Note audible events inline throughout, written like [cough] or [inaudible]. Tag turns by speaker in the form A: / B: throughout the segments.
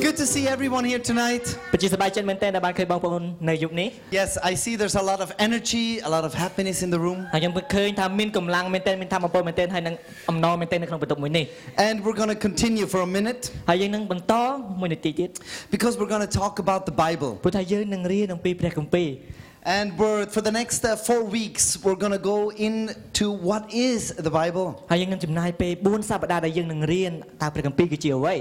A: Good to see everyone here tonight.
B: ពិតជាសប្បាយចិត្តមែនទែនដែលបានឃើញបងប្អូននៅយុគនេះ
A: Yes, I see there's a lot of energy, a lot of happiness in the room.
B: ហើយខ្ញុំពិតឃើញថាមានកម្លាំងមែនទែនមានធម៌ពលមែនទែនហើយនឹងអំណរមែនទែននៅក្នុងបន្ទប់មួយនេះ
A: And we're going to continue for a minute
B: ហើយយើងនឹងបន្តមួយនាទីទៀត
A: because we're going to talk about the Bible.
B: ព្រោះថាយើងនឹងរៀនអំពីព្រះគម្ពីរ
A: And we're, for the next uh, four weeks, we're going to go into what is the Bible.
B: ហើយយើងនឹងចំណាយពេល4សប្តាហ៍ដែលយើងនឹងរៀនតើព្រះគម្ពីរគឺជាអ្វី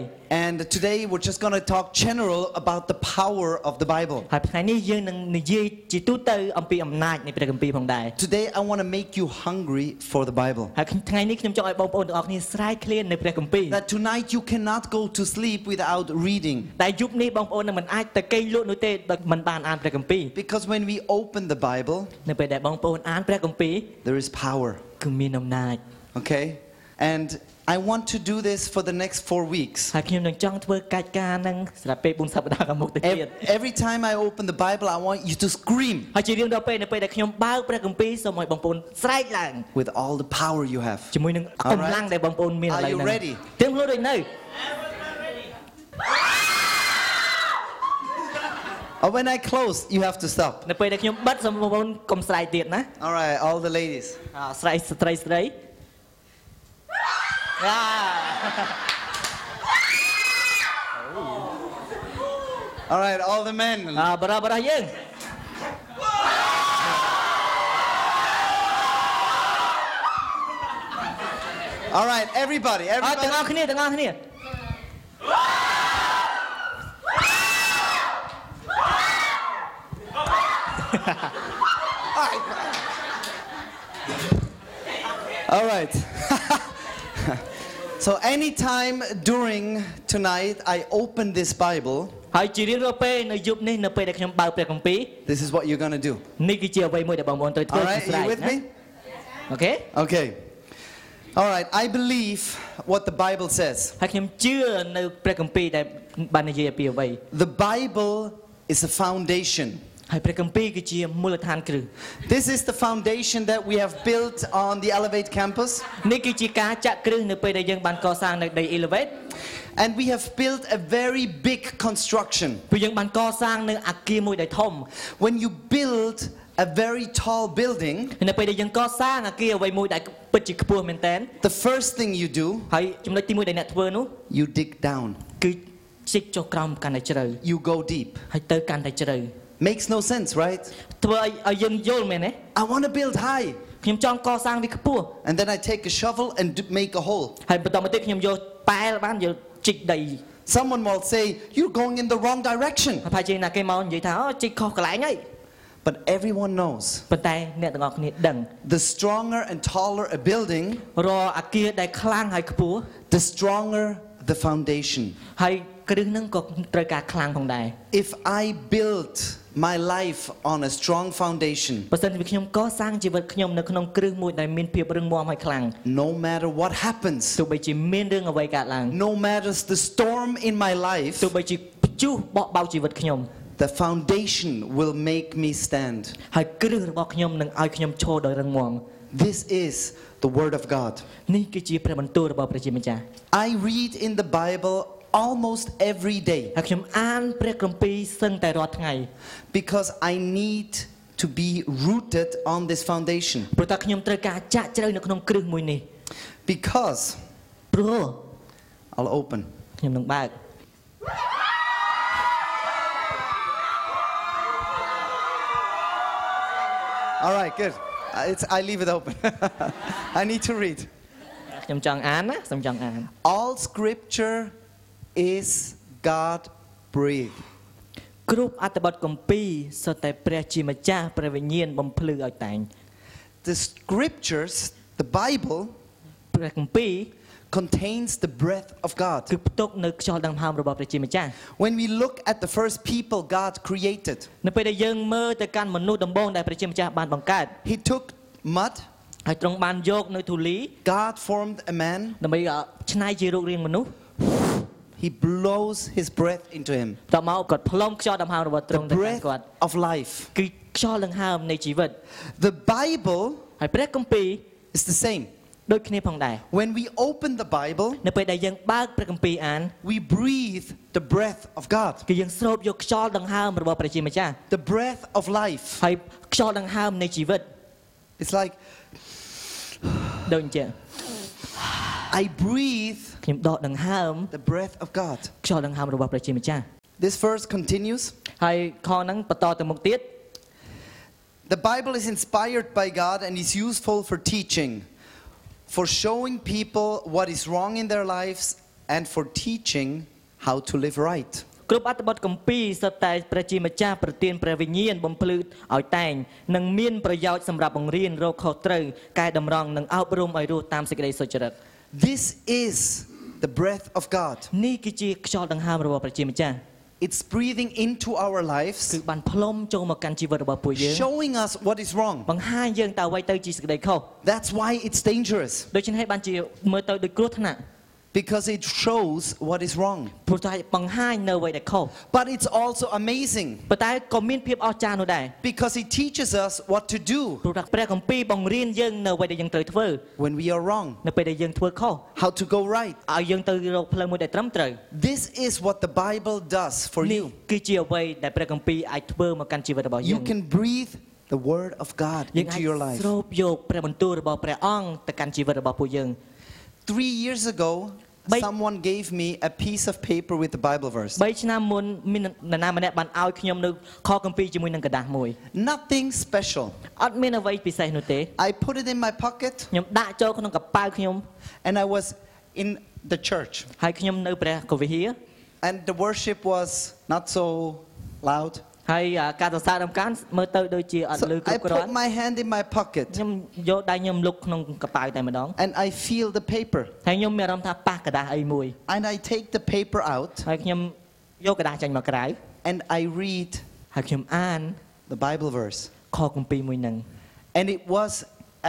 A: And today, we're just going to talk general about the power of the Bible.
B: ហើយថ្ងៃនេះយើងនឹងនិយាយជាទូទៅអំពីអំណាចនៃព្រះគម្ពីរផងដែរ
A: Today, I want to make you hungry for the Bible.
B: ហើយថ្ងៃនេះខ្ញុំចង់ឲ្យបងប្អូនទាំងអស់គ្នាស្រាយឃ្លាននៅព្រះគម្ពីរ
A: That tonight you cannot go to sleep without reading.
B: តែយុគនេះបងប្អូននឹងមិនអាចទៅកេងលក់នោះទេដោយមិនបានអានព្រះគម្ពីរ
A: Because when we open the Bible,
B: នៅពេលដែលបងប្អូនអានព្រះគម្ពីរ
A: there is power.
B: គឺមានអំណាច
A: Okay? And I want to do this for the next four weeks.
B: ហើយខ្ញុំនឹងចង់ធ្វើកិច្ចការហ្នឹងសម្រាប់ពេល4សប្តាហ៍ខាងមុខទៅ
A: Ev-
B: ទៀត
A: Every time I open the Bible, I want you to scream
B: ហើយជារៀងរាល់ពេលនៅពេលដែលខ្ញុំបើកព្រះគម្ពីរសូមឲ្យបងប្អូនស្រែកឡើង
A: with all the power you have.
B: ជាមួយនឹង
A: Alright.
B: កម្លាំងដែលបងប្អូនមានឥ
A: Are
B: ឡូវ
A: you
B: ហ្នឹង
A: ready?
B: ទៀងខ្លួនដូចនៅ
A: Or Oh, when I close, you have to stop.
B: នៅពេលដែលខ្ញុំបិទសូមបងប្អូនកុំស្រែកទៀតណា
A: All right, all the ladies.
B: អ่าស្រែកស្ត្រីស្រីអា
A: All right, all the men.
B: អ่าបារបារយើង
A: All right, everybody.
B: អត់ទាំងអ
A: Everybody.
B: ស់គ្នាទាំងអស់គ្នា
A: All right. [laughs] so anytime during tonight I open this Bible,
B: ហើយជារៀងរាល់ពេលនៅយប់នេះនៅពេលដែលខ្ញុំបើកព្រះគម្ពីរ
A: this is what you're going to do.
B: នេះគឺជាអ្វីមួយដែលបងប្អូនត្រូវធ្វើ
A: All right,
B: ស្រែ
A: you
B: ក
A: with
B: ណា
A: me?
B: អូខេ
A: Okay. All right, I believe what the Bible says.
B: ហើយខ្ញុំជឿនៅព្រះគម្ពីរដែលបាននិយាយអំពីអ្វី
A: The Bible is the foundation.
B: ហើយព្រះគម្ពីរគឺជាមូលដ្ឋានគ្រឹះ
A: This is the foundation that we have built on the Elevate campus.
B: នេះគឺជាការចាក់គ្រឹះនៅពេលដែលយើងបានកសាងនៅដី Elevate
A: And we have built a very big construction.
B: ព្រោះយើងបានកសាងនៅអគារមួយដែលធំ
A: When you build a very tall building,
B: នៅពេលដែលយើងកសាងអគារអ្វីមួយដែលពិតជាខ្ពស់មែនតើ
A: the first thing you do,
B: ហើយចំណុចទី1ដែលអ្នកធ្វើនោះ
A: you dig down,
B: គឺជីកចុះក្រោមកាន់តែជ្រៅ
A: you go deep.
B: ហើយទៅកាន់តែជ្រៅ
A: Makes no sense, right?
B: ធ្វើឲ្យឲ្យយើងយល់មែនទេ
A: I want to build high.
B: ខ្ញុំចង់កសាងវាខ្ពស់
A: And then I take a shovel and d- make a hole.
B: ហើយបន្តមកទៀតខ្ញុំយកប៉ែលបានយកជីកដី
A: Someone will say, You're going in the wrong direction.
B: ហើយផាជិះណាគេមកនិយាយថាអូជីកខុសកន្លែងហើយ
A: But everyone knows
B: ប៉ុន្តែអ្នកទាំងអស់គ្នាដឹង
A: the stronger and taller a building,
B: រកអាគារដែលខ្លាំងហើយខ្ពស់
A: the stronger the foundation.
B: ហើយគ្រឹះហ្នឹងក៏ត្រូវការខ្លាំងផងដែរ
A: If I build my life on a strong foundation,
B: បើសិនជាខ្ញុំកសាងជីវិតខ្ញុំនៅក្នុងគ្រឹះមួយដែលមានភាពរឹងមាំហើយខ្លាំង
A: no matter what happens,
B: ទោះបីជាមានរឿងអ្វីកើតឡើង
A: no matter the storm in my life,
B: ទោះបីជាព្យុះបក់បោកជីវិតខ្ញុំ
A: the foundation will make me stand.
B: ហើយគ្រឹះរបស់ខ្ញុំនឹងឲ្យខ្ញុំឈរដោយរឹងមាំ
A: This is the Word of God.
B: នេះគឺជាព្រះបន្ទូលរបស់ព្រះជាម្ចាស់
A: I read in the Bible almost every day
B: ហើយខ្ញុំអានព្រះគម្ពីរសឹងតែរាល់ថ្ងៃ
A: because I need to be rooted on this foundation.
B: ព្រោះតែខ្ញុំត្រូវការចាក់ជ្រៅនៅក្នុងគ្រឹះមួយនេះ
A: Because,
B: ព្រោះ
A: I'll open.
B: ខ្ញុំនឹងបើក
A: All right, good. Uh, It's, I leave it open. [laughs] I need to read.
B: ខ្ញុំចង់អានណាខ្ញុំចង់អាន
A: All scripture is God breathed.
B: គ្រប់អត្ថបទគម្ពីរសុទ្ធតែព្រះជាម្ចាស់ព្រះវិញ្ញាណបំភ្លឺឲ្យតែង
A: The scriptures, the Bible,
B: ព្រះគម្ពីរ
A: contains the breath of God.
B: គឺផ្ទុកនៅខ្យល់ដង្ហើមរបស់ព្រះជាម្ចាស់
A: When we look at the first people God created,
B: នៅពេលដែលយើងមើលទៅកាន់មនុស្សដំបូងដែលព្រះជាម្ចាស់បានបង្កើត
A: He took mud,
B: ហើយទ្រង់បានយកនៅធូលី
A: God formed a man,
B: ដើម្បីឲ្យឆ្នៃជារូបរាងមនុស្ស
A: He blows His breath into him.
B: តមកគាត់ផ្លុំខ្យល់ដង្ហើមរបស់ទ្រ
A: The
B: ង់ទៅកាន់
A: breath
B: គាត់
A: of life.
B: គឺខ្យល់ដង្ហើមនៃជីវិត
A: The Bible
B: ហើយព្រះគម្ពីរ
A: is the same.
B: ដូចគ្នាផងដែរ
A: When we open the Bible,
B: នៅពេលដែលយើងបើកព្រះគម្ពីរអាន
A: we breathe the breath of God,
B: គឺយើងស្រូបយកខ្យល់ដង្ហើមរបស់ព្រះជាម្ចាស់
A: the breath of life.
B: ហើយខ្យល់ដង្ហើមនៃជីវិត
A: It's like
B: ដូចអញ្ចឹង
A: I breathe
B: ខ្ញុំដកដង្ហើម
A: the breath of God.
B: ខ្យល់ដង្ហើមរបស់ព្រះជាម្ចាស់
A: This verse continues.
B: ហើយខហ្នឹងបន្តទៅមុខទៀត
A: The Bible is inspired by God and is useful for teaching, for showing people what is wrong in their lives, and for teaching how to live right.
B: គ្រប់អត្ថបទគម្ពីរសុទ្ធតែព្រះជាម្ចាស់ប្រទានព្រះវិញ្ញាណបំភ្លឺឲ្យតែងនិងមានប្រយោជន៍សម្រាប់បង្រៀនរកខុសត្រូវកែតម្រង់និងអប់រំឲ្យរស់តាមសេចក្តីសុចរិត
A: This is the breath of God.
B: នេះគឺជាខ្យល់ដង្ហើមរបស់ព្រះជាម្ចាស់
A: It's breathing into our
B: គឺ
A: lives,
B: បានផ្លុំចូលមកកាន់ជីវិតរបស់ពួកយើង
A: showing us what is wrong.
B: បង្ហាញយើងតើអ្វីទៅជាសេចក្តីខុស
A: That's why it's dangerous,
B: ដូច្នេះបានជាមើលទៅដូចគ្រោះថ្នាក់
A: because it shows what is wrong.
B: ព្រោះតែបង្ហាញនៅអ្វីដែលខុស
A: But it's also amazing,
B: ប៉ុន្តែក៏មានភាពអស្ចារ្យនោះដែរ
A: because it teaches us what to do
B: ព្រោះថាព្រះគម្ពីរបង្រៀនយើងនៅអ្វីដែលយើងត្រូវធ្វើ
A: when we are wrong,
B: នៅពេលដែលយើងធ្វើខុស
A: how to go right.
B: ឲ្យយើងទៅរកផ្លូវមួយដែលត្រឹមត្រូវ
A: This is what the Bible does for
B: នេះ
A: you.
B: គឺជាអ្វីដែលព្រះគម្ពីរអាចធ្វើមកកាន់ជីវិតរបស់យើ
A: You
B: ង
A: can breathe the word of God
B: យើងអាច
A: into your life.
B: ស្រូបយកព្រះបន្ទូលរបស់ព្រះអង្គទៅកាន់ជីវិតរបស់ពួកយើង
A: Three years ago,
B: Ba-
A: someone gave me a piece of paper with the Bible verse.
B: 3ឆ្នាំមុនមាននរណាម្នាក់បានឲ្យខ្ញុំនៅខគម្ពីរជាមួយនឹងกระดาษមួយ
A: Nothing special.
B: អត់មានអ្វីពិសេសនោះទេ
A: I put it in my pocket
B: ខ្ញុំដាក់ចូលក្នុងកប៉ៅខ្ញុំ
A: and I was in the church.
B: ហើយខ្ញុំនៅព្រះកូវិហា
A: And the worship was not so loud.
B: ហើយអាការសរសើររំកានមើលទៅដូចជាអត់
A: So
B: លឺគ្រ
A: I
B: ប់គ្រាន់
A: put my hand in my pocket
B: ខ្ញុំយកដៃខ្ញុំលុកក្នុងកប៉ៅតែម្ដង
A: and I feel the paper.
B: ហើយខ្ញុំមានអារម្មណ៍ថាប៉ះกระดาษអីមួយ
A: And I take the paper out
B: ហើយខ្ញុំយកกระดาษចេញមកក្រៅ
A: and I read
B: ហើយខ្ញុំអាន
A: the Bible verse.
B: ខគម្ពីរមួយហ្នឹង
A: And it was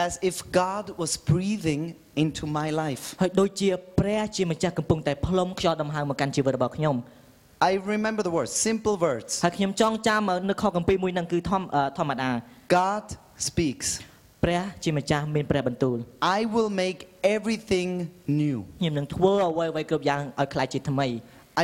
A: as if God was breathing into my life.
B: ហើយដូចជាព្រះជាម្ចាស់កំពុងតែផ្លុំខ្យល់ដង្ហើមមកកាន់ជីវិតរបស់ខ្ញុំ
A: I remember the words, simple words.
B: ហើយខ្ញុំចង់ចាំនៅខគម្ពីរមួយហ្នឹងគឺធម្មអឺធម្មតា
A: God speaks.
B: ព្រះជាម្ចាស់មានព្រះបន្ទូល
A: I will make everything new.
B: ខ្ញុំនឹងធ្វើអ្វីអ្វីគ្រប់យ៉ាងឲ្យខ្លាចជាថ្មី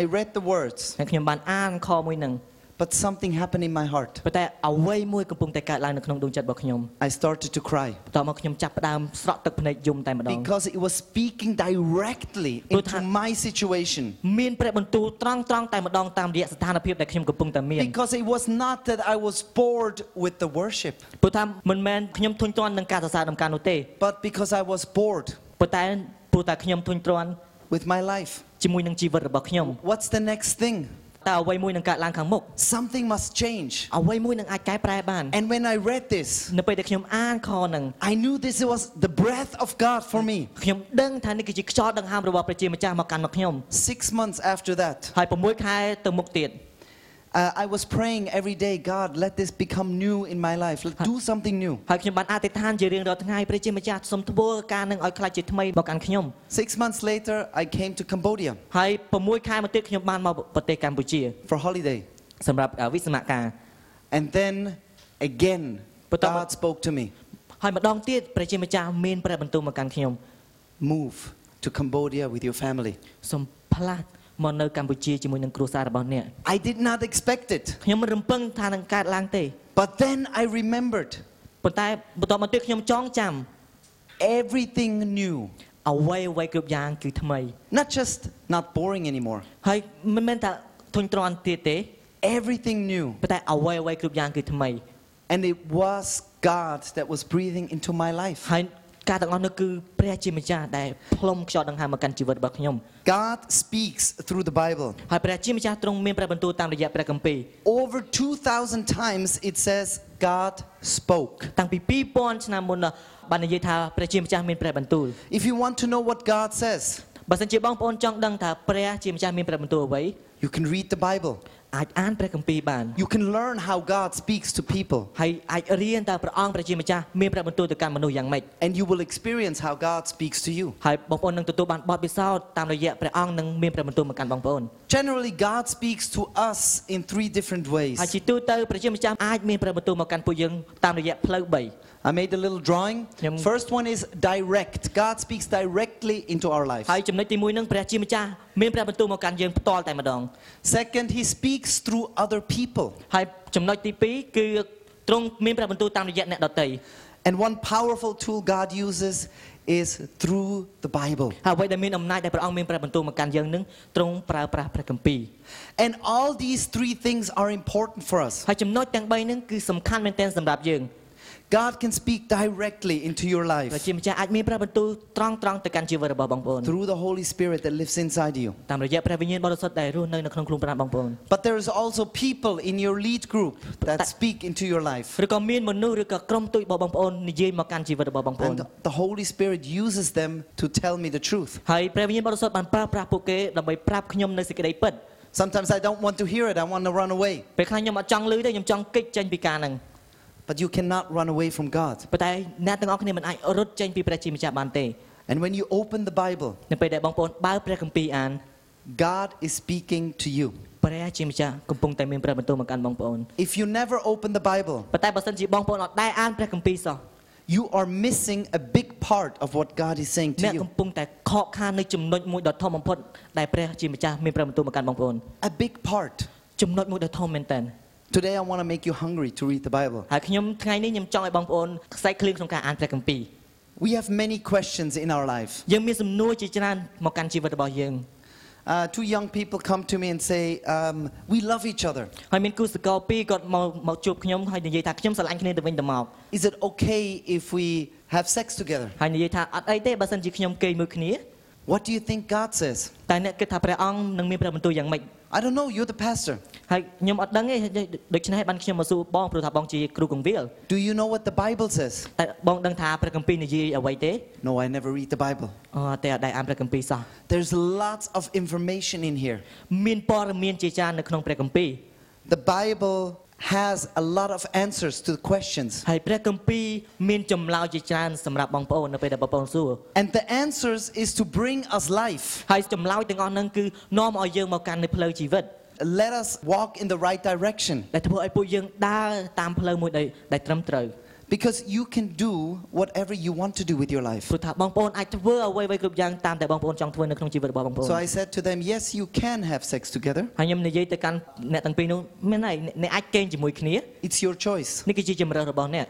A: I read the words,
B: ហើយខ្ញុំបានអានខមួយហ្នឹង
A: but something happened in my heart.
B: ប៉ុន្តែអ្វីមួយកំពុងតែកើតឡើងនៅក្នុងដួងចិត្តរបស់ខ្ញុំ
A: I started to cry
B: បន្ទាប់មកខ្ញុំចាប់ផ្ដើមស្រក់ទឹកភ្នែកយំតែម្ដង
A: because it was speaking directly
B: Tôi
A: into
B: tha-
A: my situation.
B: មានព្រះបន្ទូលត្រង់ត្រង់តែម្ដងតាមរយៈស្ថានភាពដែលខ្ញុំកំពុងតែមាន
A: Because it was not that I was bored with the worship,
B: ព្រោះថាមិនមែនខ្ញុំធុញទ្រាន់នឹងការសរសើរដំណការនោះទេ
A: but because I was bored
B: ប៉ុន្តែព្រោះតែខ្ញុំធុញទ្រាន់
A: with my life.
B: ជាមួយនឹងជីវិតរបស់ខ្ញុំ
A: What's the next thing?
B: តើអ្វីមួយនឹងកើតឡើងខាងមុខ
A: Something must change.
B: អ្វីមួយនឹងអាចកែប្រែបាន
A: And when I read this,
B: នៅពេលដែលខ្ញុំអានខហ្នឹង
A: I knew this was the breath of God for me.
B: ខ្ញុំដឹងថានេះគឺជាខ្យល់ដង្ហើមរបស់ព្រះជាម្ចាស់មកកាន់មកខ្ញុំ
A: Six months after that,
B: ហើយ6ខែទៅមុខទៀត
A: Uh, I was praying every day, God, let this become new in my life. Let do something new.
B: ហើយខ្ញុំបានអធិដ្ឋានជារៀងរាល់ថ្ងៃព្រះជាម្ចាស់សូមធ្វើការនឹងឲ្យខ្លាចជាថ្មីមកកាន់ខ្ញុំ
A: Six months later, I came to Cambodia
B: ហើយ6ខែមកទៀតខ្ញុំបានមកប្រទេសកម្ពុជា
A: for holiday,
B: សម្រាប់អ่าវិស្សមការ
A: and then again,
B: But that
A: God
B: was-
A: spoke to me,
B: ហើយម្ដងទៀតព្រះជាម្ចាស់មានព្រះបន្ទូលមកកាន់ខ្ញុំ
A: move to Cambodia with your family.
B: សូមផ្លាស់មកនៅកម្ពុជាជាមួយនឹងគ្រួសាររបស់អ្នក
A: I did not expect it,
B: ខ្ញុំមិនរំពឹងថានឹងកើតឡើងទេ
A: but then I remembered
B: ប៉ុន្តែបន្ទាប់មកទៀតខ្ញុំចង់ចាំ
A: everything new.
B: អ្វីអ្វីគ្រប់យ៉ាងគឺថ្មី
A: Not just not boring anymore.
B: ហើយមិនមែនថាធុញទ្រាន់ទៀតទេ
A: Everything new,
B: ប៉ុន្តែអ្វីអ្វីគ្រប់យ៉ាងគឺថ្មី
A: and it was God that was breathing into my life.
B: ហើយការទាំងអស់នោះគឺព្រះជាម្ចាស់ដែលផ្លុំខ្យល់ដង្ហើមមកកាន់ជីវិតរបស់ខ្ញុំ
A: God speaks through the Bible.
B: ហើយព្រះជាម្ចាស់ទ្រង់មានព្រះបន្ទូលតាមរយៈព្រះគម្ពីរ
A: Over 2,000 times it says God spoke.
B: តាំងពី2000ឆ្នាំមុនដល់ បាននិយាយថាព្រះជាម្ចាស់មានព្រះបន្ទូល
A: If you want to know what God says,
B: បើសិនជាបងប្អូនចង់ដឹងថាព្រះជាម្ចាស់មានព្រះបន្ទូលអ្វី
A: you can read the Bible.
B: អាចអានព្រះគម្ពីរបាន
A: You can learn how God speaks to people,
B: ហើយអាចរៀនតើព្រះអង្គព្រះជាម្ចាស់មានព្រះបន្ទូលទៅកាន់មនុស្សយ៉ាងម៉េច
A: and you will experience how God speaks to you.
B: ហើយបងប្អូននឹងទទួលបានបទពិសោធន៍តាមរយៈព្រះអង្គនឹងមានព្រះបន្ទូលមកកាន់បងប្អូន
A: Generally, God speaks to us in three different
B: ហើយ
A: ways.
B: ជាទូទៅព្រះជាម្ចាស់អាចមានព្រះបន្ទូលមកកាន់ពួកយើងតាមរយៈផ្លូវ3
A: I made a little drawing.
B: Yum.
A: First one is direct. God speaks directly into our
B: ហើយ
A: lives.
B: ចំណុចទី1នឹងព្រះជាម្ចាស់មានព្រះបន្ទូលមកកាន់យើងផ្ទាល់តែម្ដង
A: Second, He speaks through other people.
B: ហើយចំណុចទី2គឺទ្រង់មានព្រះបន្ទូលតាមរយៈអ្នកដទៃ
A: And one powerful tool God uses is through the Bible.
B: ហើយអ្វីដែលមានអំណាចដែលព្រះអង្គមានព្រះបន្ទូលមកកាន់យើងនឹងទ្រង់ប្រើប្រាស់ព្រះគម្ពីរ
A: And all these three things are important for us.
B: ហើយចំណុចទាំង3នឹងគឺសំខាន់មែនទែនសម្រាប់យើង
A: God can speak directly into your
B: ព្រះ
A: life
B: ជាម្ចាស់អាចមានព្រះបន្ទូលត្រង់ត្រង់ទៅកាន់ជីវិតរបស់បងប្អូន
A: through the Holy Spirit that lives inside you.
B: តាមរយៈព្រះវិញ្ញាណបរិសុទ្ធដែលរស់នៅនៅក្នុងខ្លួនប្រាណបងប្អូន
A: But there is also people in your lead group that
B: That-
A: speak into your life.
B: ឬក៏មានមនុស្សឬក៏ក្រុមទូចរបស់បងប្អូននិយាយមកកាន់ជីវិតរបស់បងប្អូន
A: And the Holy Spirit uses them to tell me the truth.
B: ហើយព្រះវិញ្ញាណបរិសុទ្ធបានប្រើប្រាស់ពួកគេដើម្បីប្រាប់ខ្ញុំនៅសេចក្តីពិត
A: Sometimes I don't want to hear it, I want to run away.
B: ពេលខ្លះខ្ញុំអត់ចង់ឮទេខ្ញុំចង់គេចចេញពីការហ្នឹង
A: But you cannot run away from God.
B: ប៉ុន្តែអ្នកទាំងអស់គ្នាមិនអាចរត់ចេញពីព្រះជាម្ចាស់បានទេ
A: And when you open the Bible,
B: នៅពេលដែលបងប្អូនបើកព្រះគម្ពីរអាន
A: God is speaking to you.
B: ព្រះជាម្ចាស់កំពុងតែមានព្រះបន្ទូលមកកាន់បងប្អូន
A: If you never open the Bible,
B: ប៉ុន្តែបើសិនជាបងប្អូនអត់ដែរអានព្រះគម្ពីរសោះ
A: you are missing a big part of what God is saying
B: អ្នក
A: to
B: កំ
A: you.
B: ពុងតែខកខាននៅចំណុចមួយដ៏ធំបំផុតដែលព្រះជាម្ចាស់មានព្រះបន្ទូលមកកាន់បងប្អូន
A: A big part.
B: ចំណុចមួយដ៏ធំមែនតើ
A: Today I want to make you hungry to read the Bible.
B: ហើយខ្ញុំថ្ងៃនេះខ្ញុំចង់ឲ្យបងប្អូនខ្សែភ្លើងក្នុងការអានព្រះគម្ពីរ
A: We have many questions in our life.
B: យើងមានសំណួរជាច្រើនមកកាន់ជីវិតរបស់យើង
A: Uh, two young people come to me and say, um, We love each other.
B: ហើយមានគូសកលពីរគាត់មកមកជួបខ្ញុំហើយនិយាយថាខ្ញុំស្រឡាញ់គ្នាទៅវិញទៅមក
A: Is it okay if we have sex together?
B: ហើយនិយាយថាអត់អីទេបើសិនជាខ្ញុំគេមួយគ្នា
A: What do you think God says?
B: តែអ្នកគិតថាព្រះអង្គនឹងមានព្រះបន្ទូលយ៉ាងម៉េច
A: I don't know, you're the pastor.
B: ហើយខ្ញុំអត់ដឹងទេដូច្នេះបានខ្ញុំមកសួរបងព្រោះថាបងជាគ្រូកងវិល
A: Do you know what the Bible says?
B: តែបងដឹងថាព្រះគម្ពីរនិយាយអ្វីទេ
A: No, I never read the Bible.
B: អត់តែអត់ដែរអានព្រះគម្ពីរសោះ
A: There's lots of information in here.
B: មានព័ត៌មានជាច្រើននៅក្នុងព្រះគម្ពីរ
A: The Bible has a lot of answers to the questions.
B: ហើយព្រះគម្ពីរមានចម្លើយជាច្រើនសម្រាប់បងប្អូននៅពេលដែលបងប្អូនសួរ
A: And the answers is to bring us life.
B: ហើយចម្លើយទាំងអស់ហ្នឹងគឺនាំឲ្យយើងមកកាន់នៅផ្លូវជីវិត
A: Let us walk in the right direction.
B: ដែលធ្វើឲ្យពួកយើងដើរតាមផ្លូវមួយដែលដែលត្រឹមត្រូវ
A: Because you can do whatever you want to do with your life.
B: ព្រោះថាបងប្អូនអាចធ្វើអ្វីៗគ្រប់យ៉ាងតាមដែលបងប្អូនចង់ធ្វើនៅក្នុងជីវិតរបស់បងប្អូន
A: So I said to them, Yes, you can have sex together.
B: ហើយខ្ញុំនិយាយទៅកាន់អ្នកទាំងពីរនោះមែនហើយអ្នកអ្នកអាចកេងជាមួយគ្នា
A: It's your choice.
B: នេះគឺជាជំរើសរបស់អ្នក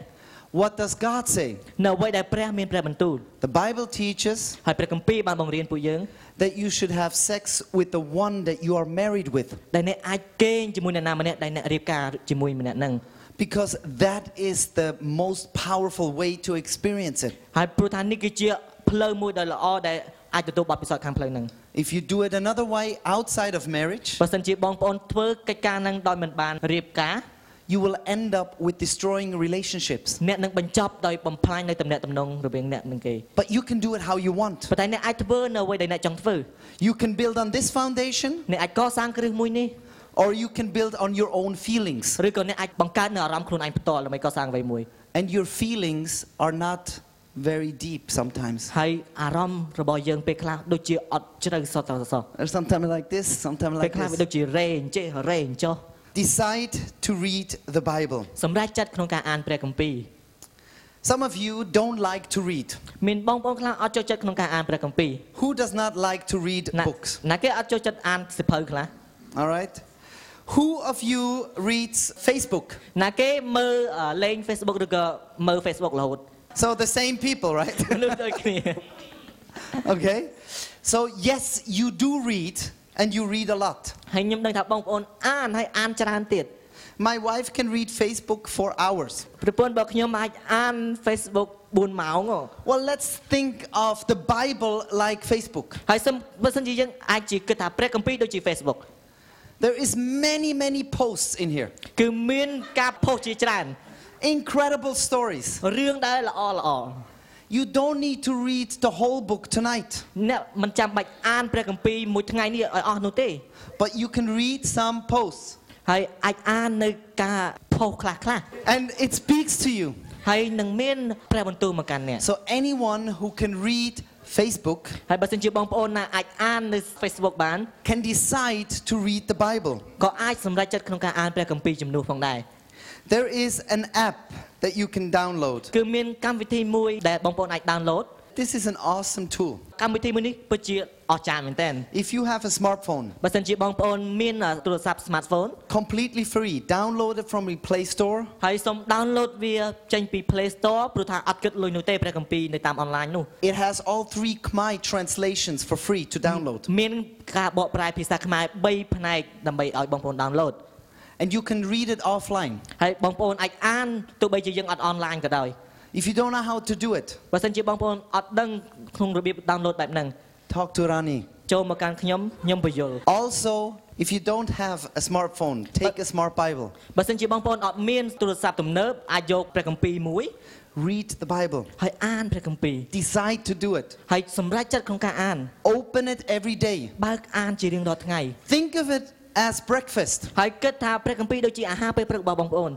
A: What does God say?
B: នៅអ្វីដែលព្រះមានព្រះបន្ទូល
A: The Bible teaches
B: ហើយព្រះគម្ពីរបានបង្រៀនពួកយើង
A: that you should have sex with the one that you are married with
B: ដែលអ្នកអាចកេងជាមួយអ្នកណាម្នាក់ដែលអ្នករៀបការជាមួយម្នាក់ហ្នឹង
A: because that is the most powerful way to experience it.
B: ហើយព្រោះថានេះគឺជាផ្លូវមួយដ៏ល្អដែលអាចទទួលបទពិសោធន៍ខាងផ្លូវហ្នឹង
A: If you do it another way outside of marriage,
B: បើសិនជាបងប្អូនធ្វើកិច្ចការហ្នឹងដោយមិនបានរៀបការ
A: you will end up with destroying relationships.
B: អ្នកនឹងបញ្ចប់ដោយបំផ្លាញនៅទំនាក់ទំនងរវាងអ្នកនឹងគេ
A: But you can do it how you want.
B: ប៉ុន្តែអ្នកអាចធ្វើនៅអ្វីដែលអ្នកចង់ធ្វើ
A: You can build on this foundation
B: អ្នកអាចកសាងគ្រឹះមួយនេះ
A: or you can build on your own feelings.
B: ឬក៏អ្នកអាចបង្កើតនៅអារម្មណ៍ខ្លួនឯងផ្ទាល់ដើម្បីកសាងអ្វីមួយ
A: And your feelings are not very deep sometimes.
B: ហើយអារម្មណ៍របស់យើងពេលខ្លះដូចជាអត់ជ្រៅសោះតសោះ
A: Or sometimes like this, sometimes
B: ពេល
A: like
B: ខ្លះវាដូច
A: this.
B: ជារែងចេះរែងចុះ
A: Decide to read the Bible.
B: សម្រាប់ចាត់ក្នុងការអានព្រះគម្ពីរ
A: Some of you don't like to read.
B: មានបងប្អូនខ្លះអត់ចូលចិត្តក្នុងការអានព្រះគម្ពីរ
A: Who does not like to read
B: ណា
A: books?
B: ណាគេអត់ចូលចិត្តអានសិភៅខ្លះ
A: All right? Who of you reads Facebook?
B: ណាគេមើលអឺលេង Facebook ឬក៏មើល Facebook រហូត
A: So the same people, right? [laughs]
B: មនុស្សដូចគ្នា
A: okay? So, yes, you do read, and you read a lot.
B: ហើយខ្ញុំដឹងថាបងប្អូនអានហើយអានច្រើនទៀត
A: My wife can read Facebook for hours.
B: ប្រពន្ធរបស់ខ្ញុំអាចអាន Facebook 4ម៉ោងហ៎
A: Well, let's think of the Bible like Facebook.
B: ហើយសិនបើសិនជាយើងអាចជាគិតថាព្រះគម្ពីរដូចជា Facebook
A: There is many, many posts in here.
B: គឺមានការផុសជាច្រើន
A: Incredible stories.
B: រឿងដែលល្អល្អ
A: You don't need to read the whole book tonight,
B: អ្នកមិនចាំបាច់អានព្រះគម្ពីរមួយថ្ងៃនេះឲ្យអស់នោះទេ
A: but you can read some posts
B: ហើយអាចអាននៅការផុសខ្លះខ្លះ
A: and it speaks to you.
B: ហើយនឹងមានព្រះបន្ទូលមកកាន់អ្នក
A: So anyone who can read Facebook
B: ហើយបើសិនជាបងប្អូនណាអាចអាននៅ Facebook បាន
A: can decide to read the Bible.
B: ក៏អាចសម្រេចចិត្តក្នុងការអានព្រះគម្ពីរជំនួសផងដែរ
A: There is an app that you can download.
B: គឺមានកម្មវិធីមួយដែលបងប្អូនអាច download
A: This is an awesome tool.
B: កម្មវិធីមួយនេះពិតជាអស្ចារ្យមែនទែន
A: If you have a smartphone,
B: បើសិនជាបងប្អូនមានអ่าទូរស័ព្ទ smartphone
A: completely free, download it from the Play Store
B: ហើយសូម download វាចេញពី Play Store ព្រោះថាអត់គិតលុយនោះទេព្រះគម្ពីរនៅតាមអនឡាញនោះ
A: It has all three Khmer translations for free to download.
B: មានការបកប្រែភាសាខ្មែរ3ផ្នែកដើម្បីឲ្យបងប្អូន download
A: And you can read it offline.
B: ហើយបងប្អូនអាចអានទោះបីជាយើងអត់អនឡាញក៏ដោយ
A: If you don't know how to do it,
B: បើសិនជាបងប្អូនអត់ដឹងក្នុងរបៀប download បែបហ្នឹង
A: talk to Rani.
B: ចូលមកកាន់ខ្ញុំខ្ញុំបញ្យល់
A: Also, if you don't have a smartphone, take a smart Bible.
B: បើសិនជាបងប្អូនអត់មានទូរស័ព្ទទំនើបអាចយកព្រះគម្ពីរមួយ
A: Read the Bible.
B: ហើយអានព្រះគម្ពីរ
A: Decide to do it.
B: ហើយសម្រេចចិត្តក្នុងការអាន
A: Open it every day.
B: បើកអានជារៀងរាល់ថ្ងៃ
A: Think of it as breakfast,
B: ហើយគិតថាព្រះគម្ពីរដូចជាអាហារពេលព្រឹករបស់បងប្អូន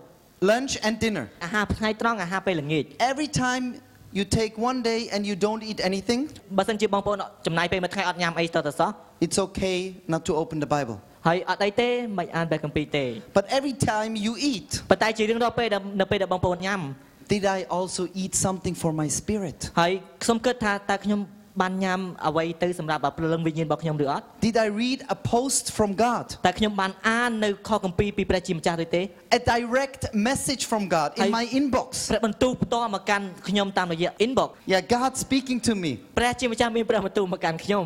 A: lunch, and dinner.
B: អាហារថ្ងៃត្រង់អាហារពេលល្ងាច
A: Every time you take one day and you don't eat anything,
B: បើសិនជាបងប្អូនចំណាយពេលមួយថ្ងៃអត់ញ៉ាំអីទៅទៅសោះ
A: it's okay not to open the Bible.
B: ហើយអត់អីទេមិនអានព្រះគម្ពីរទេ
A: But every time you eat,
B: ប៉ុន្តែជារៀងរាល់ពេលដែលនៅពេលដែលបងប្អូនញ៉ាំ
A: did I also eat something for my spirit?
B: ហើយខ្ញុំគិតថាតើខ្ញុំបានញ៉ាំអ្វីទៅសម្រាប់ព្រលឹងវិញ្ញាណរបស់ខ្ញុំឬអត់
A: Did I read a post from God?
B: តើខ្ញុំបានអាននៅខគម្ពីរពីព្រះជាម្ចាស់ឬទេ
A: A direct message from God in
B: I-
A: my inbox.
B: ព្រះបន្ទូលផ្ទាល់មកកាន់ខ្ញុំតាមរយៈ inbox
A: Yeah, God speaking to me
B: ព្រះជាម្ចាស់មានព្រះបន្ទូលមកកាន់ខ្ញុំ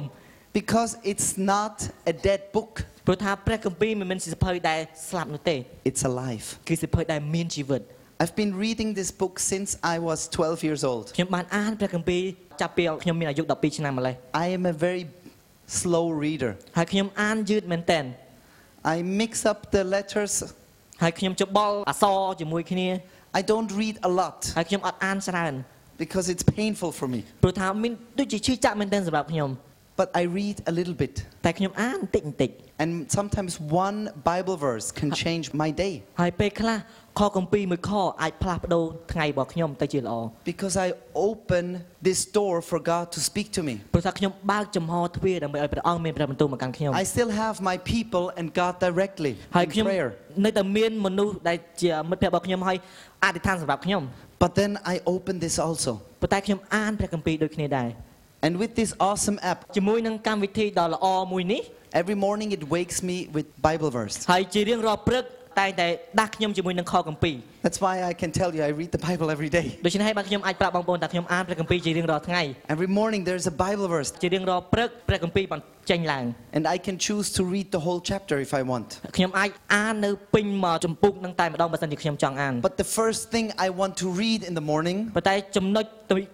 A: because it's not a dead book,
B: ព្រោះថាព្រះគម្ពីរមិនមែនជាសភៅដែលស្លាប់នោះទេ
A: it's alive.
B: គឺសភៅដែលមានជីវិត
A: I've been reading this book since I was 12 years old.
B: ខ្ញុំបានអានព្រះគម្ពីរចាប់ពីខ្ញុំមានអាយុ12ឆ្នាំម្លេះ
A: I am a very slow reader.
B: ហើយខ្ញុំអានយឺតមែនតើ
A: I mix up the letters.
B: ហើយខ្ញុំច្បល់អក្សរជាមួយគ្នា
A: I don't read a lot
B: ហើយខ្ញុំអត់អានច្រើន
A: because it's painful for me,
B: ព្រោះថាមានដូចជាឈឺចាក់មែនតើសម្រាប់ខ្ញុំ
A: but I read a little bit.
B: តែខ្ញុំអានបន្តិចបន្តិច
A: And sometimes one Bible verse can change my day
B: ហើយពេលខ្លះខគម្ពីរមួយខអាចផ្លាស់ប្ដូរថ្ងៃរបស់ខ្ញុំទៅជាល្អ
A: because I open this door for God to speak to me.
B: ព្រោះថាខ្ញុំបើកចំហទ្វារដើម្បីឲ្យព្រះអង្គមានព្រះបន្ទូលមកកាន់ខ្ញុំ
A: I still have my people and God directly
B: ហើយ
A: in
B: ខ្ញុំ
A: prayer.
B: នៅតែមានមនុស្សដែលជាមិត្តភក្តិរបស់ខ្ញុំហើយអធិដ្ឋានសម្រាប់ខ្ញុំ
A: But then I open this also.
B: ប៉ុន្តែខ្ញុំអានព្រះគម្ពីរដូចគ្នាដែរ
A: And with this awesome app,
B: ជាមួយនឹងកម្មវិធីដ៏ល្អមួយនេះ
A: every morning it wakes me with Bible verse.
B: ហើយជារៀងរាល់ព្រឹកតែងតែដាស់ខ្ញុំជាមួយនឹងខគម្ពីរ
A: That's why I can tell you I read the Bible every day. [laughs]
B: ដូច្នេះហើយបាទខ្ញុំអាចប្រាប់បងប្អូនថាខ្ញុំអានព្រះគម្ពីរជារៀងរាល់ថ្ងៃ
A: Every morning there's a Bible verse
B: ជារៀងរាល់ព្រឹកព្រះគម្ពីរបានចេញឡើង
A: and I can choose to read the whole chapter if I want.
B: ខ្ញុំអាចអាននៅពេញមកចម្ពោះនឹងតែម្ដងបើសិនជាខ្ញុំចង់អាន
A: But the first thing I want to read in the morning,
B: ប៉ុន្តែចំណុច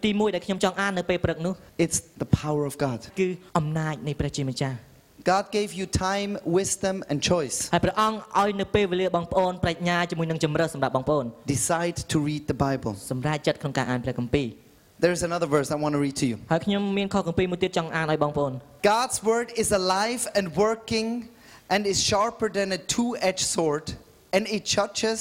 B: ទី1ដែលខ្ញុំចង់អាននៅពេលព្រឹកនោះ
A: it's the power of God.
B: គឺអំណាចនៃព្រះជាម្ចាស់
A: God gave you time, wisdom and choice.
B: ហើយព្រះអង្គឲ្យនៅពេលវេលាបងប្អូនប្រាជ្ញាជាមួយនឹងជំរឿសម្រាប់បងប្អូន
A: Decide to read the Bible.
B: សម្រាប់ចិត្តក្នុងការអានព្រះគម្ពីរ
A: There's another verse I want to read to you.
B: ហើយខ្ញុំមានខគម្ពីរមួយទៀតចង់អានឲ្យបងប្អូន
A: God's word is alive and working and is sharper than a two edged sword, and it judges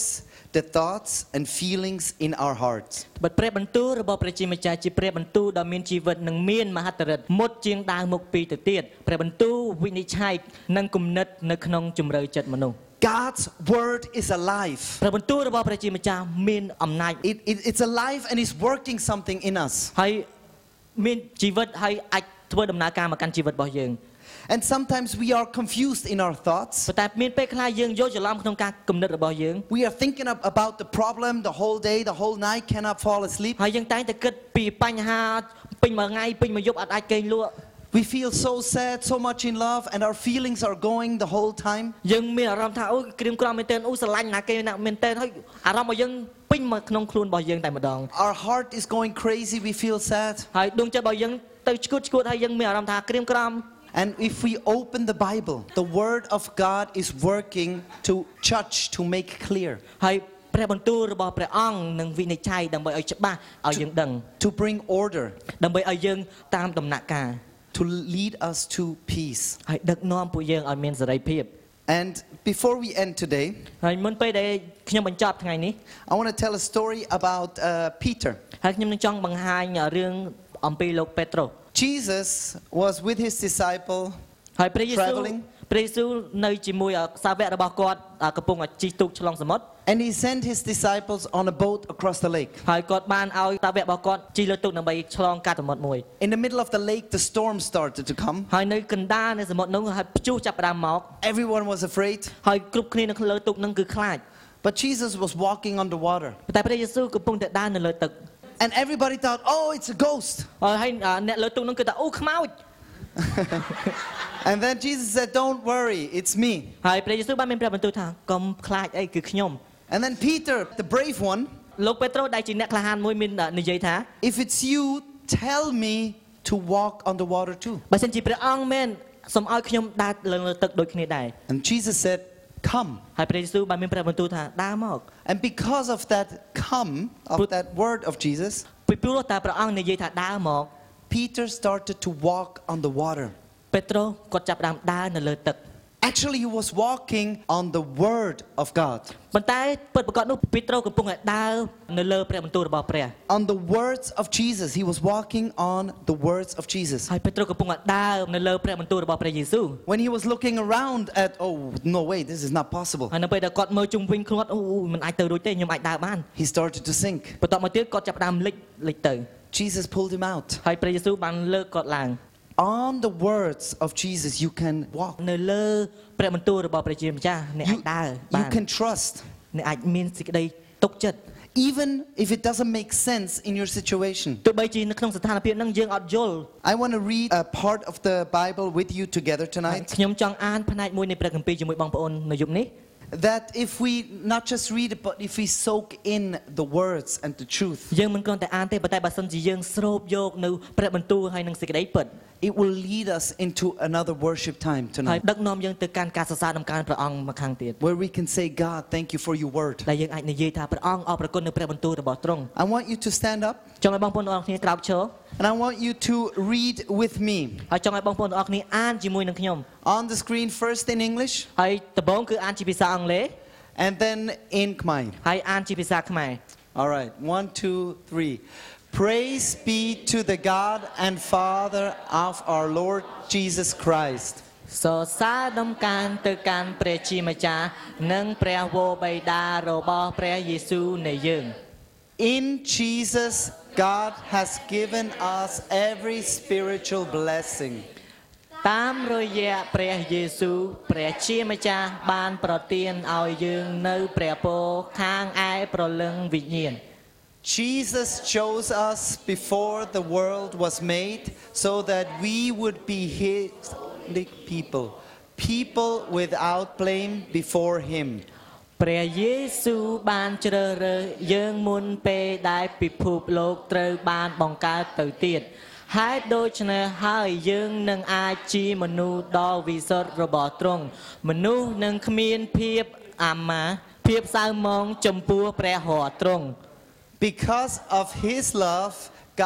A: the thoughts and feelings in our hearts.
B: បើព្រះបន្ទូលរបស់ព្រះជាម្ចាស់ជាព្រះបន្ទូលដ៏មានជីវិតនិងមានមហិទ្ធិឫទ្ធិមុតជាងដាវមុខពីរទៅទៀតព្រះបន្ទូលវិនិច្ឆ័យនិងគំនិតនៅក្នុងជំរឿចិត្តមនុស្ស
A: God's word is alive.
B: ព្រះបន្ទូលរបស់ព្រះជាម្ចាស់មានអំណាច
A: It, it, it's alive and is working something in us.
B: ហើយមានជីវិតហើយអាចធ្វើដំណើរការមកកាន់ជីវិតរបស់យើង
A: And sometimes we are confused in our thoughts.
B: ប៉ុន្តែមានពេលខ្លះយើងយល់ច្រឡំក្នុងការគំនិតរបស់យើង
A: We are thinking ab- about the problem the whole day, the whole night, cannot fall asleep.
B: ហើយយើងតែងតែគិតពីបញ្ហាពេញមួយថ្ងៃពេញមួយយប់អត់អាចគេងលក់
A: We feel so sad, so much in love, and our feelings are going the whole time.
B: យើងមានអារម្មណ៍ថាអូយក្រៀមក្រំមែនទែនអូយស្រឡាញ់ណាគេណាស់មែនទែនហើយអារម្មណ៍របស់យើងពេញមកក្នុងខ្លួនរបស់យើងតែម្ដង
A: Our heart is going crazy, we feel sad.
B: ហើយដួងចិត្តរបស់យើងទៅឈួតឈួតហើយយើងមានអារម្មណ៍ថាក្រៀមក្រំ
A: And if we open the Bible, the Word of God is working to judge, to make clear.
B: ហើយ ព្រះបន្ទូលរបស់ព្រះអង្គនឹងវិនិច្ឆ័យដើម្បីឲ្យច្បាស់ឲ្យយើងដឹង
A: to bring order,
B: ដើម្បីឲ្យយើងតាមដំណាក់កាល
A: to lead us to peace.
B: ហើយដឹកនាំពួកយើងឲ្យមានសេរីភាព
A: And before we end today,
B: ហើយមុនពេលដែលខ្ញុំបញ្ចប់ថ្ងៃនេះ
A: I want to tell a story about uh, Peter.
B: ហើយខ្ញុំនឹងចង់បង្ហាញរឿងអំពីលោកពេត្រុស
A: Jesus was with his disciple
B: ហើយព្រះយេស៊ូវ
A: Traveling.
B: ព្រះយេស៊ូវនៅជាមួយសាវករបស់គាត់កំពុងជិះទូកឆ្លងសមុទ្រ
A: and he sent his disciples on a boat across the lake.
B: ហើយគាត់បានឲ្យសាវករបស់គាត់ជិះលើទូកដើម្បីឆ្លងកាត់សមុទ្រមួយ
A: In the middle of the lake, the storm started to come.
B: ហើយនៅកណ្ដាលនៃសមុទ្រនោះហើយព្យុះចាប់ផ្ដើមមក
A: Everyone was afraid,
B: ហើយគ្រប់គ្នានៅលើទូកនឹងគឺខ្លាច
A: but Jesus was walking on the water.
B: ប៉ុន្តែព្រះយេស៊ូវកំពុងតែដើរនៅលើទឹក
A: And everybody thought, oh, it's a ghost.
B: ហើយអ្នកលើទូកនឹងគឺថាអូខ្មោច
A: And then Jesus said, don't worry, it's me.
B: ហើយព្រះយេស៊ូវបានមានប្រាប់បន្ទូលថាកុំខ្លាចអីគឺខ្ញុំ
A: And then Peter, the brave one,
B: លោកពេត្រុសដែលជាអ្នកក្លាហានមួយមាននិយាយថា
A: if it's you, tell me to walk on the water too.
B: បើសិនជាព្រះអង្គមែនសូមឲ្យខ្ញុំដើរលើលើទឹកដូចគ្នាដែរ
A: And Jesus said, come.
B: ហើយព្រះយេស៊ូវបានមានប្រាប់បន្ទូលថាដើរមក
A: And because of that come, of
B: Put-
A: that word of Jesus,
B: ពីព្រោះតែព្រះអង្គនិយាយថាដើរមក
A: Peter started to walk on the water.
B: ពេត្រុសគាត់ចាប់ផ្ដើមដើរនៅលើទឹក
A: Actually, he was walking on the word of God,
B: ប៉ុន្តែពិតប្រាកដនោះពេត្រុសកំពុងតែដើរនៅលើព្រះបន្ទូលរបស់ព្រះ
A: on the words of Jesus. He was walking on the words of Jesus.
B: ហើយពេត្រុសកំពុងតែដើរនៅលើព្រះបន្ទូលរបស់ព្រះយេស៊ូវ
A: When he was looking around at, oh, no way, this is not possible,
B: ហើយនៅពេលដែលគាត់មើលជុំវិញខ្លួនអូមិនអាចទៅរួចទេខ្ញុំអាចដើរបាន
A: he started to sink.
B: បន្ទាប់មកទៀតគាត់ចាប់ផ្ដើមលិចលិចទៅ
A: Jesus pulled him out.
B: ហើយព្រះយេស៊ូវបានលើកគាត់ឡើង
A: On the words of Jesus, you can walk.
B: នៅលើព្រះបន្ទូលរបស់ព្រះជាម្ចាស់អ្នកអាច
A: You,
B: ដើរ
A: you
B: បាន
A: can trust.
B: អ្នកអាចមានសេចក្តីទុកចិត្ត
A: Even if it doesn't make sense in your situation.
B: ទោះបីជានៅក្នុងស្ថានភាពហ្នឹងយើងអត់យល់
A: I want to read a part of the Bible with you together tonight.
B: ខ្ញុំចង់អានផ្នែកមួយនៃព្រះគម្ពីរជាមួយបងប្អូននៅយប់នេះ
A: That if we not just read it, but if we soak in the words and the truth,
B: យើងមិនគ្រាន់តែអានទេប៉ុន្តែបើសិនជាយើងស្រូបយកនៅព្រះបន្ទូលហើយនឹងសេចក្តីពិត
A: it will lead us into another worship time
B: ហើយ
A: tonight
B: ដឹកនាំយើងទៅកាន់ការសរសើរដំណការព្រះអង្គមកខាងទៀត
A: where we can say, God, thank you for your word.
B: ដែលយើងអាចនិយាយថាព្រះអង្គអរប្រគុណនៅព្រះបន្ទូលរបស់ទ្រង់
A: I want you to stand up
B: ចង់ឲ្យបងប្អូនទាំងអស់គ្នាក្រោកឈរ
A: and I want you to read with me.
B: ហើយចង់ឲ្យបងប្អូនទាំងអស់គ្នាអានជាមួយនឹងខ្ញុំ
A: On the screen, first in English
B: ហើយដំបូងគឺអានជាភាសាអង់គ្លេស
A: and then in Khmer.
B: ហើយអានជាភាសាខ្មែរ
A: All right, one, two, three. Praise be to the God and Father of our Lord Jesus Christ.
B: សរសើរដំកើងទៅកាន់ព្រះជាម្ចាស់និងព្រះវរបិតារបស់ព្រះយេស៊ូវនៃយើង
A: In Jesus, God has given us every spiritual blessing.
B: តាមរយៈព្រះយេស៊ូវព្រះជាម្ចាស់បានប្រទានឲ្យយើងនៅព្រះពរខាងឯប្រលឹងវិញ្ញាណ
A: Jesus chose us before the world was made so that we would be His holy people, people without blame before Him.
B: ព្រះយេស៊ូវបានជ្រើសរើសយើងមុនពេលដែលពិភពលោកត្រូវបានបង្កើតទៅទៀតហើយដូច្នេះហើយយើងនឹងអាចជាមនុស្សដ៏វិសុទ្ធរបស់ទ្រង់មនុស្សនឹងគ្មានភាពអាម៉ាភាពសៅមងចំពោះព្រះហស្ថទ្រង់
A: Because of His love,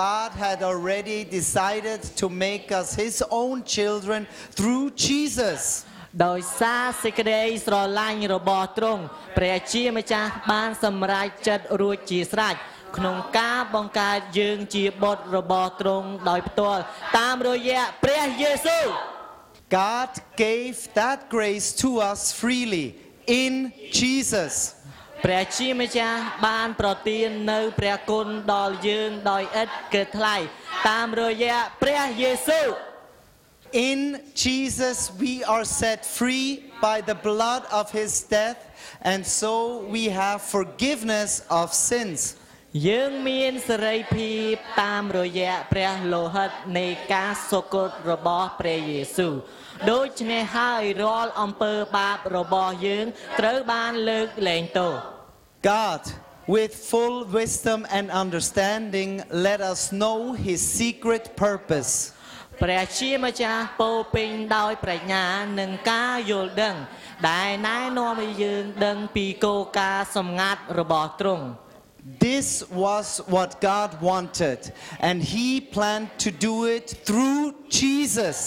A: God had already decided to make us His own children through Jesus.
B: ដោយសារសេចក្តីស្រឡាញ់របស់ទ្រង់ព្រះជាម្ចាស់បានសម្រេចចិត្តរួចជាស្រេចក្នុងការបង្កើតយើងជាបុត្ររបស់ទ្រង់ដោយផ្ទាល់តាមរយៈព្រះយេស៊ូវ
A: God gave that grace to us freely in Jesus.
B: ព្រះជាម្ចាស់បានប្រទាននៅព្រះគុណដល់យើងដោយឥតគិតថ្លៃតាមរយៈព្រះយេស៊ូវ
A: In Jesus, we are set free by the blood of His death, and so we have forgiveness of sins.
B: យើងមានសេរីភាពតាមរយៈព្រះលោហិតនៃការសុគតរបស់ព្រះយេស៊ូវដូច្នេះហើយរាល់អំពើបាបរបស់យើងត្រូវបានលើកលែងទោស
A: God, with full wisdom and understanding, let us know His secret purpose.
B: ព្រះជាម្ចាស់ពោរពេញដោយប្រាជ្ញានិងការយល់ដឹង ដែលណែនាំឲ្យយើងដឹងពីគោលការណ៍សម្ងាត់របស់ទ្រង់
A: This was what God wanted, and He planned to do it through Jesus.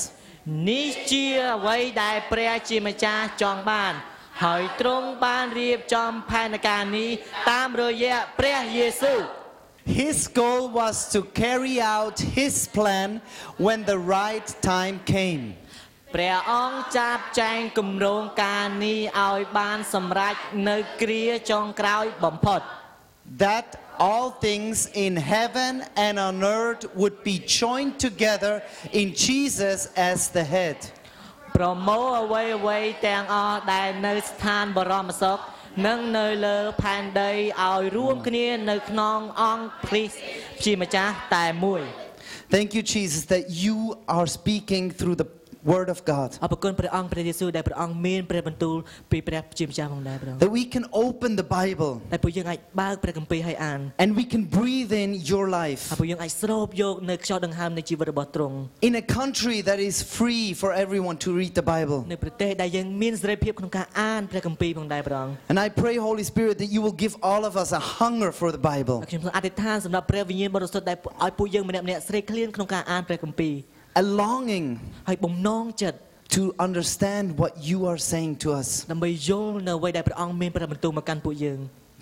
B: នេះជាអ្វីដែលព្រះជាម្ចាស់ចង់បាន ហើយទ្រង់បានរៀបចំផែនការនេះតាមរយៈព្រះយេស៊ូវ
A: His goal was to carry out His plan when the right time came.
B: ព្រះអង្គចាប់ចែងគម្រោងការនេះឲ្យបានសម្រេចនៅគ្រាចុងក្រោយបំផុត
A: That all things in heaven and on earth would be joined together in Jesus as the head.
B: ប្រមូលអ្វីអ្វីៗទាំងអស់ដែលនៅស្ថានបរមសុខនិងនៅលើផែនដីឲ្យរួមគ្នានៅក្នុងអង្គគ្រីស្ទជាម្ចាស់តែមួយ
A: Thank you, Jesus, that you are speaking through the Word of God.
B: អរគុណព្រះអង្គព្រះយេស៊ូវដែលព្រះអង្គមានព្រះបន្ទូលពីព្រះជាម្ចាស់ផងដែរព្រះអង្គ
A: That we can open the Bible
B: តែពួកយើងអាចបើកព្រះគម្ពីរឲ្យអាន
A: and we can breathe in your
B: ហើយ
A: life
B: ពួកយើងអាចស្រូបយកនៅខ្យល់ដង្ហើមនៃជីវិតរបស់ទ្រង់
A: in a country that is free for everyone to read the Bible.
B: នៅប្រទេសដែលយើងមានសេរីភាពក្នុងការអានព្រះគម្ពីរផងដែរព្រះអង្គ
A: And I pray, Holy Spirit, that you will give all of us a hunger for the Bible,
B: ហើយខ្ញុំសូមអធិដ្ឋានសម្រាប់ព្រះវិញ្ញាណបរិសុទ្ធដែលឲ្យពួកយើងម្នាក់ៗស្រេកឃ្លានក្នុងការអានព្រះគម្ពីរ
A: a longing
B: ហើយបំណងចិត្ត
A: to understand what you are saying to us,
B: ដើម្បីយល់នៅអ្វីដែលព្រះអង្គមានព្រះបន្ទូលមកកាន់ពួកយើង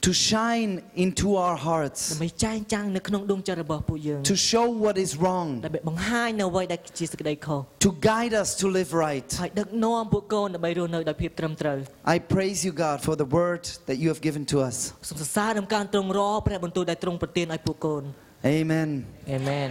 A: to shine into our hearts,
B: ដើម្បីចែងចាំងនៅក្នុងដួងចិត្តរបស់ពួកយើង
A: to show what is wrong,
B: ដើម្បីបង្ហាញនៅអ្វីដែលជាសេចក្តីខុស
A: to guide us to live right.
B: ហើយដឹកនាំពួកកូនដើម្បីរស់នៅដោយភាពត្រឹមត្រូវ
A: I praise you, God, for the word that you have given to us.
B: សូមសរសើរនឹងការទ្រង់រកព្រះបន្ទូលដែលទ្រង់ប្រទានឲ្យពួកកូន
A: Amen.
B: អាមែន